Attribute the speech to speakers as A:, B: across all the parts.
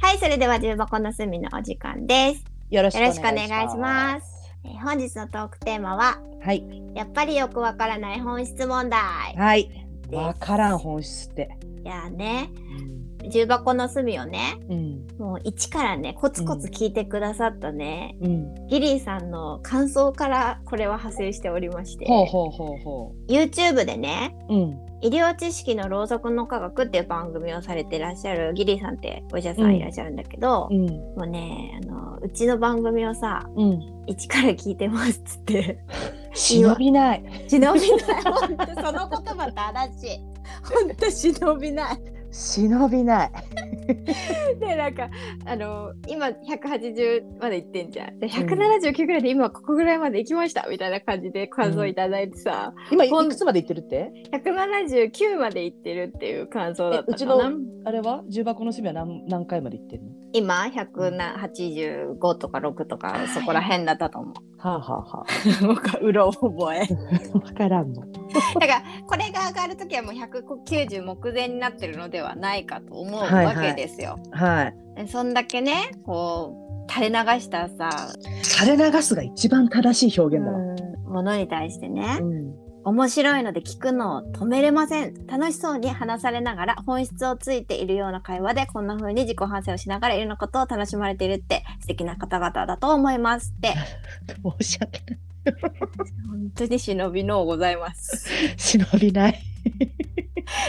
A: はい、それでは重箱の隅のお時間です。
B: よろし
A: よ
B: くお願
A: ろし
B: い
A: くお
B: します。
A: 願いします。えー本日のトークテーマは、
B: はい。
A: やっぱりよくわからない本質問題。
B: はい。
A: です
B: わからん本質って。
A: いやーね、重箱の隅をね、
B: うん。
A: もう一からね、コツコツ聞いてくださったね、
B: うん。
A: ギリーさんの感想からこれは派生しておりまして、
B: ほうほうほうほ
A: YouTube でね、
B: う。うん。
A: 医療知識のろうそくの科学っていう番組をされてらっしゃるギリーさんってお医者さんいらっしゃるんだけど、
B: うん。
A: もうねあのうちの番組をさ
B: うん。
A: 一から聞いてますっつ って
B: 忍びない。
A: 忍びない本当その言葉正しい本当忍びない
B: 忍びない。
A: でなんかあの今180まで行ってんじゃんで179ぐらいで今ここぐらいまで行きましたみたいな感じで感想いただいてさ、
B: 今い
A: 今
B: くつまで言ってるって？
A: 179まで行ってるっていう感想だった
B: えうちの
A: かな
B: あれは重箱の隅は何何回まで言ってるの？
A: 今185とか6とかそこら辺だったと 思
B: はあ、はあは
A: う僕はうろ覚え
B: あ、 わからんの。
A: だからこれが上がるときはもう190目前になってるのではないかと思う
B: はい
A: わ
B: はい
A: けですよ。
B: はい。
A: でそんだけねこう垂れ流したさ、
B: 垂れ流すが一番正しい表現だわ。
A: うんものに対してね
B: うん。
A: 面白いので聞くのを止めれません楽しそうに話されながら本質をついているような会話でこんな風に自己反省をしながらいろんなことを楽しまれているって素敵な方々だと思いますって
B: 申し訳ない。
A: 本当に忍びのうございます。
B: 忍びない。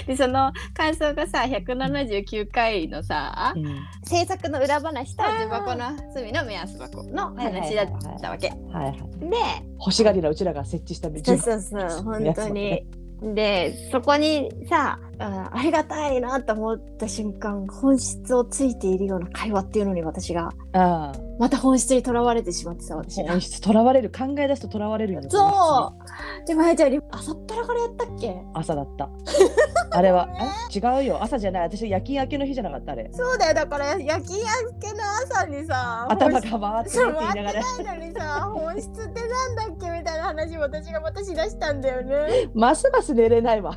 A: でその感想がさ179回のさ、
B: うん。
A: 制作の裏話と
B: あー
A: 重箱の隅の目安箱の話だったわけ。
B: はいはい。欲しがりなうちらが設置した重
A: で、そう
B: 箱。
A: そうそう、本
B: 目安
A: 当に
B: 箱ね。
A: で、そこにさ、あありがたいなと思った瞬間、本質をついているような会話っていうのに私が、
B: ああ。
A: また本質にとらわれてしまってさ、私が
B: 本。質とらわれる考え出すととらわれるよね本
A: そうで、まやちゃんに、朝っぱらからやったっけ
B: 質に朝だった あれはえ違うよ朝じゃない私夜勤明けの日じゃなかったあれ
A: そうだよ、だから夜勤明けの朝にさ
B: 頭がわーって
A: そう、
B: なって言いながら
A: 回ってないのにさ、本質ってなんだっけみたいな話私がまたしだしたんだよ ね。
B: ますます寝れないわ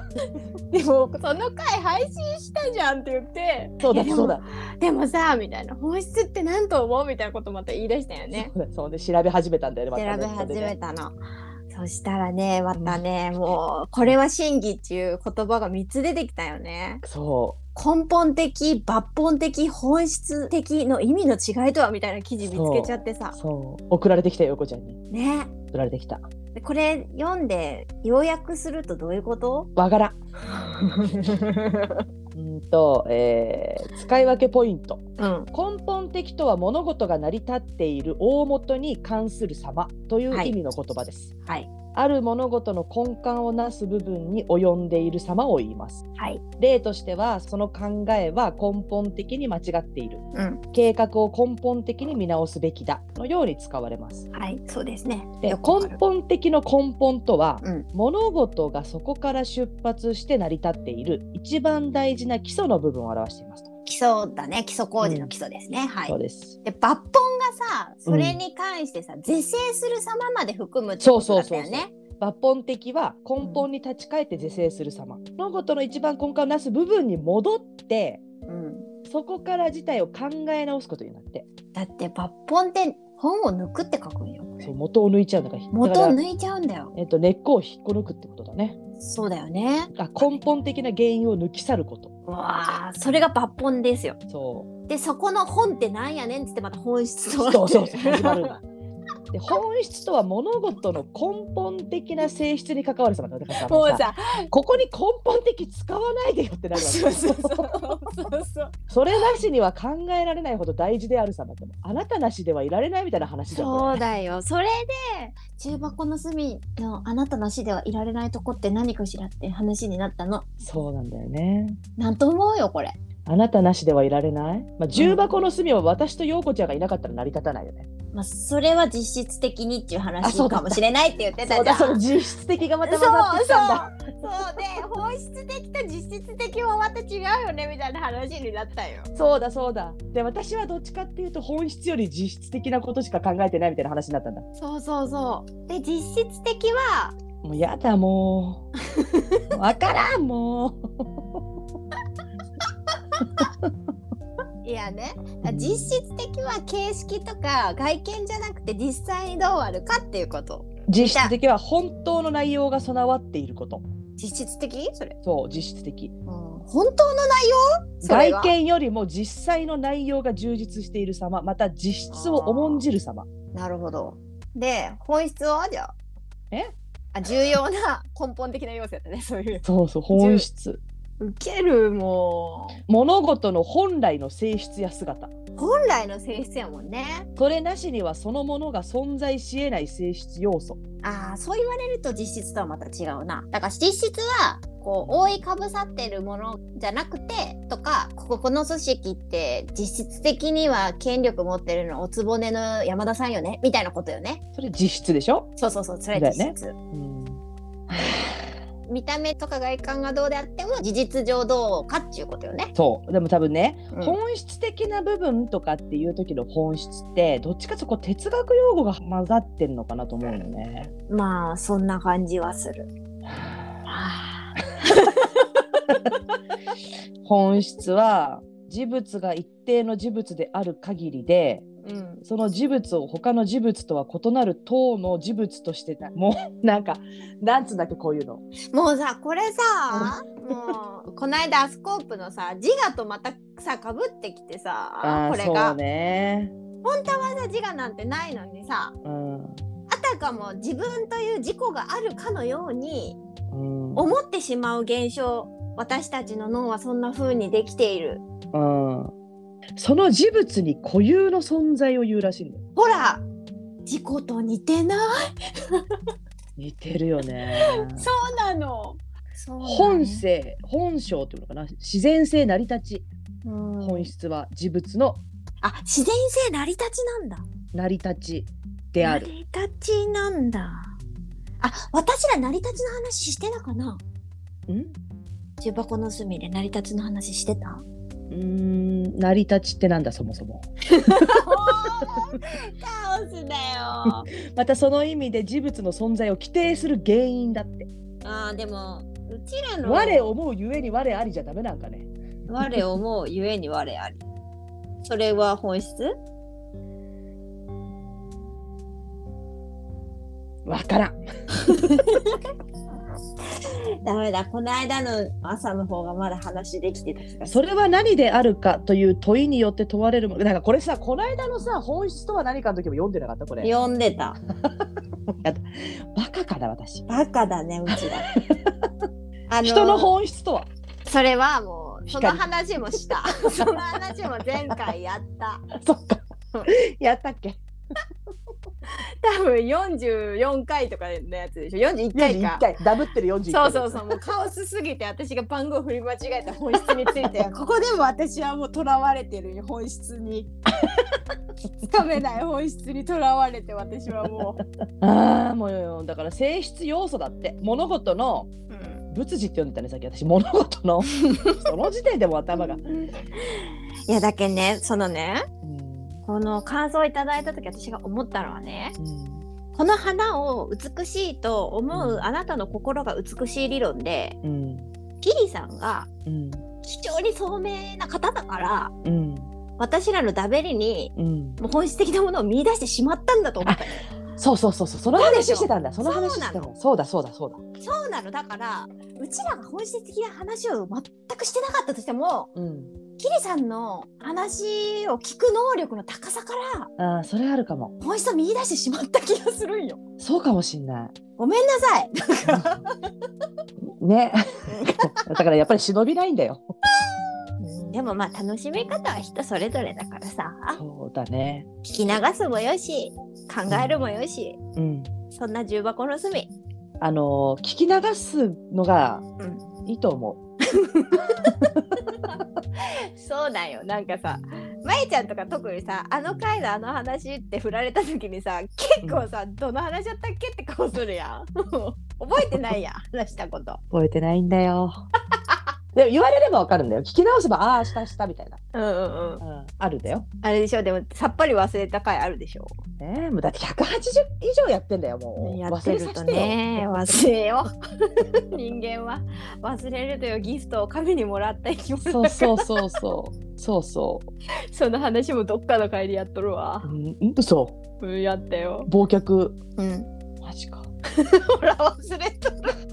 A: でも、その回配信したじゃんって言って、
B: そうだ
A: いやでも
B: そうだ
A: でもさ、みたいな、本質って何と思うみたいなことまた言い出したよね。
B: そうだそんで調べ始めたんだよねま
A: 調べ
B: たね
A: 始めたの。そしたらね、またね、もう、これは真偽っていう言葉が3つ出てきたよね。
B: そ
A: 根本的、抜本的、本質的の意味の違いとはみたいな記事見つけちゃってさ
B: う。そう送られてきたよ横ちゃんに
A: ね。
B: 送られてきた
A: でこれ読んで要約するとどういうこと
B: わからん うんと、えー使い分けポイント
A: うん
B: 根本的とは物事が成り立っている大元に関する様という意味の言葉です、
A: はい
B: ある物事の根幹をなす部分に及んでいる様を言います
A: はい
B: 例としてはその考えは根本的に間違っている
A: うん
B: 計画を根本的に見直すべきだのように使われます
A: はいそうですね
B: で
A: よくわか
B: 根
A: る
B: 本的の根本とは、
A: うん
B: 物事がそこから出発して成り立っている一番大事な基礎の部分を表していますと、
A: 基礎だね基礎工事の基礎ですね、は
B: そう
A: い
B: です
A: で抜本がさそれに関してさ、是正する様まで含むって
B: そ
A: こ
B: う
A: と
B: そ
A: だ
B: う
A: った
B: そう
A: よ
B: そう
A: ね
B: 抜本的は根本に立ち返って是正する様、物事の一番根幹をなす部分に戻って
A: うん
B: そこから事態を考え直すことになって
A: だって抜本って本を抜くって書くんよ
B: そう元を抜いちゃうんだから
A: 元を
B: だから
A: 抜いちゃうんだよ
B: えっと、根っこを引っこ抜くってことだね
A: そうだよね
B: あ根本的な原因を抜き去ること
A: うわあそれが抜本ですよ
B: そう
A: でそこの本ってなんやねんっつってまた本質と
B: そうそうそう始まるんだ で本質とは物事の根本的な性質に関わる様だから さ
A: もう
B: もうさ
A: さ
B: ここに根本的使わないでよってなるわけ
A: そうそうそうそうそう
B: それなしには考えられないほど大事である様ってもあなたなしではいられないみたいな話じゃんこ
A: そう
B: れ
A: だよ。それで、中箱の隅のあなたなしではいられないとこって何かしらって話になったの。
B: そうなんだよね
A: なんと思うよ、これ。
B: あなたなしではいられない、まあ、重箱の隅は私と陽子ちゃんがいなかったら成り立たないよね
A: まあ、それは実質的にっていう
B: あ
A: 話
B: そうだ
A: かもしれないって言って
B: そ
A: た
B: う
A: じゃ
B: だ
A: ん。
B: そ
A: そう
B: の
A: そう。
B: 実質的がま
A: そ
B: た
A: う
B: 混ざってきたんだ
A: で、本質的と実質的はまた違うよねみたいな話になったよ。
B: そうだそうだ。で私はどっちかっていうと本質より実質的なことしか考えてないみたいな話になったんだ。
A: そうそうそう。で、実質的は、
B: もうやだも う。わからんもう。
A: いやね実質的は形式とか外見じゃなくて実際にどうあるかっていうこと
B: 実質的は本当の内容が備わっていること
A: 実質的それ、
B: そう実質的
A: うん、本当の内容それ
B: 外
A: は
B: 見よりも実際の内容が充実している様また実質を重んじる様
A: なるほどで本質はじゃあ
B: え
A: あ重要な根本的な要素やったねそういう
B: そうそう本質
A: ウケるも
B: 物事の本来の性質や姿
A: う本来の性質やもんね
B: それなしにはそのものが存在し得ない性質要素
A: あーそう言われると実質とはまた違うなだから実質はこう覆いかぶさってるものじゃなくてとかこここの組織って実質的には権力持ってるのおつぼねの山田さんよねみたいなことよね
B: それ実質でしょ、
A: そうそうそうそれ
B: だ
A: 実
B: よね
A: 質、見た目とか外観がどうであっても事実上どうかっていうことよね。
B: そうでも多分ね、
A: うん
B: 本質的な部分とかっていう時の本質ってどっちかというとこう哲学用語が混ざってるのかなと思うよね。
A: まあそんな感じはする。
B: 本質は事物が一定の事物である限りで
A: うん、
B: その事物を他の事物とは異なる等の事物としてなもうなんかなんつうんだっけこういうの
A: もうさこれさもうこないだアスコープのさ自我とまたさかぶってきてさ
B: ー
A: これが、
B: そうね、
A: 本当はさ自我なんてないのにさ
B: う
A: あたかも自分という自己があるかのように
B: んうん
A: 思ってしまう現象私たちの脳はそんな風にできている。
B: うん、その事物に固有の存在を言うらしいんだよ
A: ほら自己と似てない
B: 似てるよね
A: そうなの。そうなの
B: 本性本性っていうのかな自然性成り立ち
A: うん
B: 本質は事物の
A: あ、自然性成り立ちなんだ。
B: 成り立ちである
A: 成り立ちなんだ。あ、私ら成り立ちの話してたかな。
B: んう
A: 重箱の隅で成り立ちの話してた。
B: ーん成り立ちってなんだそもそも
A: カオスだよ。
B: またその意味で事物の存在を規定する原因だって
A: あー、でも、うちらの。
B: 我思うゆえに我ありじゃダメなんかね
A: 我をもうゆえに我あり。それは本質。
B: わからん
A: ダメだ。この間の朝の方がまだ話できてた気がす
B: そ
A: る。
B: れは何であるかという問いによって問われるものなんかこれさこの間のさ本質とは何かの時も読んでなかったこれ
A: 読んでた。
B: バカかな私
A: バカだね、うち ら。あ
B: 人の本質とは
A: それはもうその
B: 光
A: 話も したその話も前回やった
B: そっかやったっけ
A: 多分44回とかのやつでしょ41回か
B: 41回ダブってる41
A: そ
B: 回
A: うそうそうもうカオスすぎて私が番号振り間違えた本質について ここでも私はもうとらわれてる本質につかめない本質にとらわれて私はも
B: ああもうだから性質要素だって物事の
A: う、
B: 仏事って呼んでたねさっき私物事 のその時点でもう頭が、
A: いやだけねそのね
B: うん
A: この感想をいただいた時私が思ったのはね
B: うん
A: この花を美しいと思うあなたの心が美しい理論で、
B: うん
A: キリさんが
B: うん
A: 非常に聡明な方だから
B: うん
A: 私らのダベリに
B: うん
A: もう本質的なものを見出してしまったんだと思ったのよ
B: そうそうそうそうその
A: そうでし
B: 話
A: ょ
B: してたんだその話してたん
A: そう
B: だそうだそうだそうだ
A: そうなのだからうちらが本質的な話を全くしてなかったとしても
B: うん
A: キリさんの話を聞く能力の高さから
B: ああそれあるかも
A: 本質を見出してしまった気がするんよ
B: そうかもしんない
A: ごめんなさい
B: ねだからやっぱり忍びないんだよ
A: うんでもまあ楽しみ方は人それぞれだからさ
B: そうだね
A: 聞き流すもよし考えるもよし
B: うん
A: そんな重箱の隅
B: あのー聞き流すのが
A: うん
B: いいと思
A: そうなんよなんかさまゆちゃんとか特にさあの回のあの話って振られた時にさ結構さ、どの話だったっけって 顔するやん覚えてないやん話したこと
B: う覚えてないんだよ で言われればわかるんだよ。聞き直せば、ああ、したしたみたいな。
A: うんうんうん。
B: うん、あるんだよ。
A: あれでしょ、でもさっぱり忘れた回あるでしょ。
B: ねえ、もうだって180以上やってんだよ、もう。
A: やってるとね、忘れよう。 人間は忘れるというギフトを神にもらった生き物だか
B: 忘
A: ら
B: れさせてよ。そうそうそうそう。そうそう。
A: その話もどっかの会でやっとるわ
B: う。ん、嘘。
A: うん、やったよ。
B: 忘却。
A: うん。
B: マジか。
A: ほら、忘れた。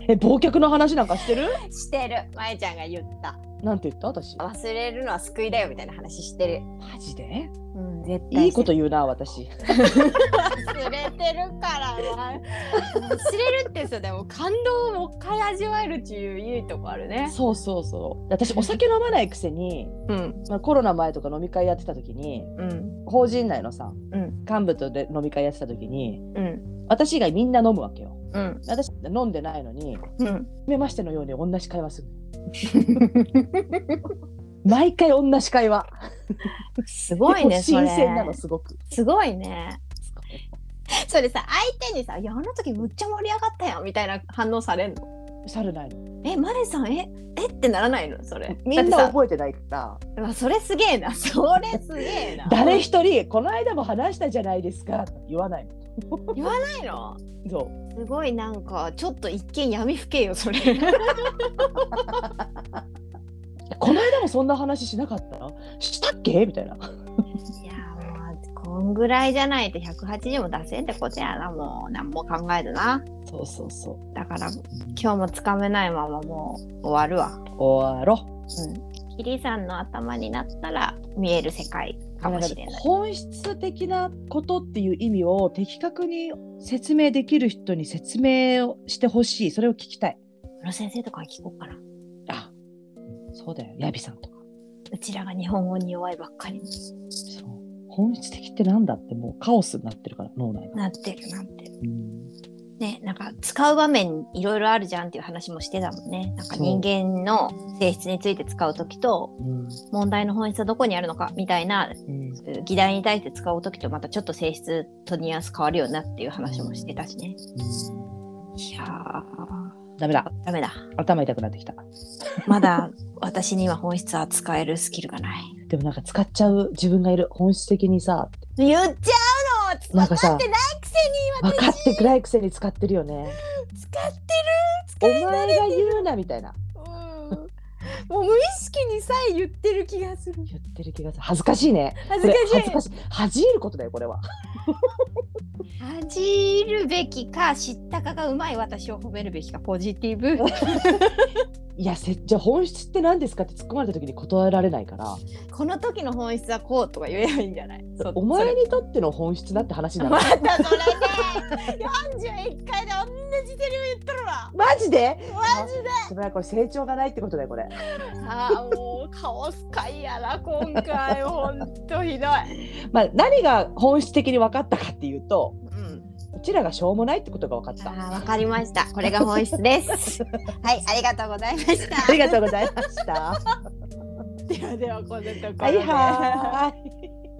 B: え、忘却の話なんかしてる
A: してる。まえちゃんが言った。
B: なんて言った私。
A: 忘れるのは救いだよみたいな話してる。
B: マジで
A: うん、絶対。
B: いいこと言うな、私。
A: 忘れてるからな。忘れるってさ、でも感動をもう一回味わえるっていういいとこあるね。
B: そうそうそう。私、お酒飲まないくせに、
A: うん、
B: まあ、コロナ前とか飲み会やってた時に、
A: うん、
B: 法人内のさ、
A: うん
B: 幹部とで飲み会やってた時に、
A: うん、
B: 私以外みんな飲むわけよ。
A: うん、
B: 私飲んでないのに、
A: う
B: 初
A: ん。
B: めましてのように同じ会話する。 毎回同じ会話。
A: すごいね、
B: 結
A: そ
B: 構
A: れ。
B: 新鮮なの、すごく。
A: すごいね。それさ、相手にさ、いや、あの時むっちゃ盛り上がったよみたいな反応されんの。
B: さるないの。
A: え、マレさん、え、えってならないの、それ。
B: みんな
A: だって
B: 覚えてないから、
A: さうわ、それすげえな、それすげえな。
B: 誰一人、この間も話したじゃないですか、言わないの。
A: ないの。
B: そう。
A: すごいなんかちょっと一見闇ふけよそれ
B: この間もそんな話しなかったしたっけみたいな。
A: いやもうこんぐらいじゃないと180も出せんってことやなもう何も考えるな
B: そうそうそう。
A: だから今日もつかめないままもう終わるわ
B: 終わろ
A: うんキリさんの頭になったら見える世界
B: う。
A: かもしれない
B: 本質的なことっていう意味を的確に説明できる人に説明をしてほしい。それを聞きたい。
A: 室先生とかに聞こうかな
B: あ、そうだよ。ヤビさんとか。
A: うちらが日本語に弱いばっかり
B: そう。本質的ってなんだってもうカオスになってるから脳内が。
A: なってるなんてる
B: うん
A: ねなんか使う場面いろいろあるじゃんっていう話もしてたもんねなんか人間の性質について使う時と
B: うん
A: 問題の本質はどこにあるのかみたいな
B: うん
A: 議題に対して使う時とまたちょっと性質とニュアンス変わるよなっていう話もしてたしね。いやー
B: ダメだ。
A: ダメだ。
B: 頭痛くなってきた。
A: まだ私には本質は使えるスキルがない。
B: でもなんか使っちゃう自分がいる。本質的にさ、
A: 言っちゃうの
B: なん
A: 使
B: か
A: っ
B: さ
A: てないくせに
B: 分かってくらいくせに使ってるよね。
A: 私使って
B: お
A: る使え
B: 前が言うなみたいな。
A: うんもう無意識にさえ言ってる気がする。
B: 言ってる気がする。恥ずかしいね。
A: 恥ず
B: それ
A: かしい。
B: 恥ずかしい。恥じることだよ、これは。
A: 恥じるべきか知ったかがうまい私を褒めるべきかポジティ ブ。
B: いや、せじゃあ本質って何ですかって突っ込まれた時に断られないから、
A: この時の本質はこうとか言えばいいんじゃないそ
B: お前にとっての本質なんて話にな
A: ま
B: る。
A: たそれで41回で同じセリフ言っとるわ
B: マジで
A: マジで
B: それはこれ成長がないってことだよ、これ。
A: あーもうカオス会やな今回ほんとひどい、
B: まあ、何が本質的に分かったかっていうと、
A: うん、
B: うちらがしょうもないってことが分かった。
A: あわかりましたこれが本質ですはいありがとうございました
B: ありがとうございました。は
A: ではではこんなところ
B: い
A: で
B: はーい。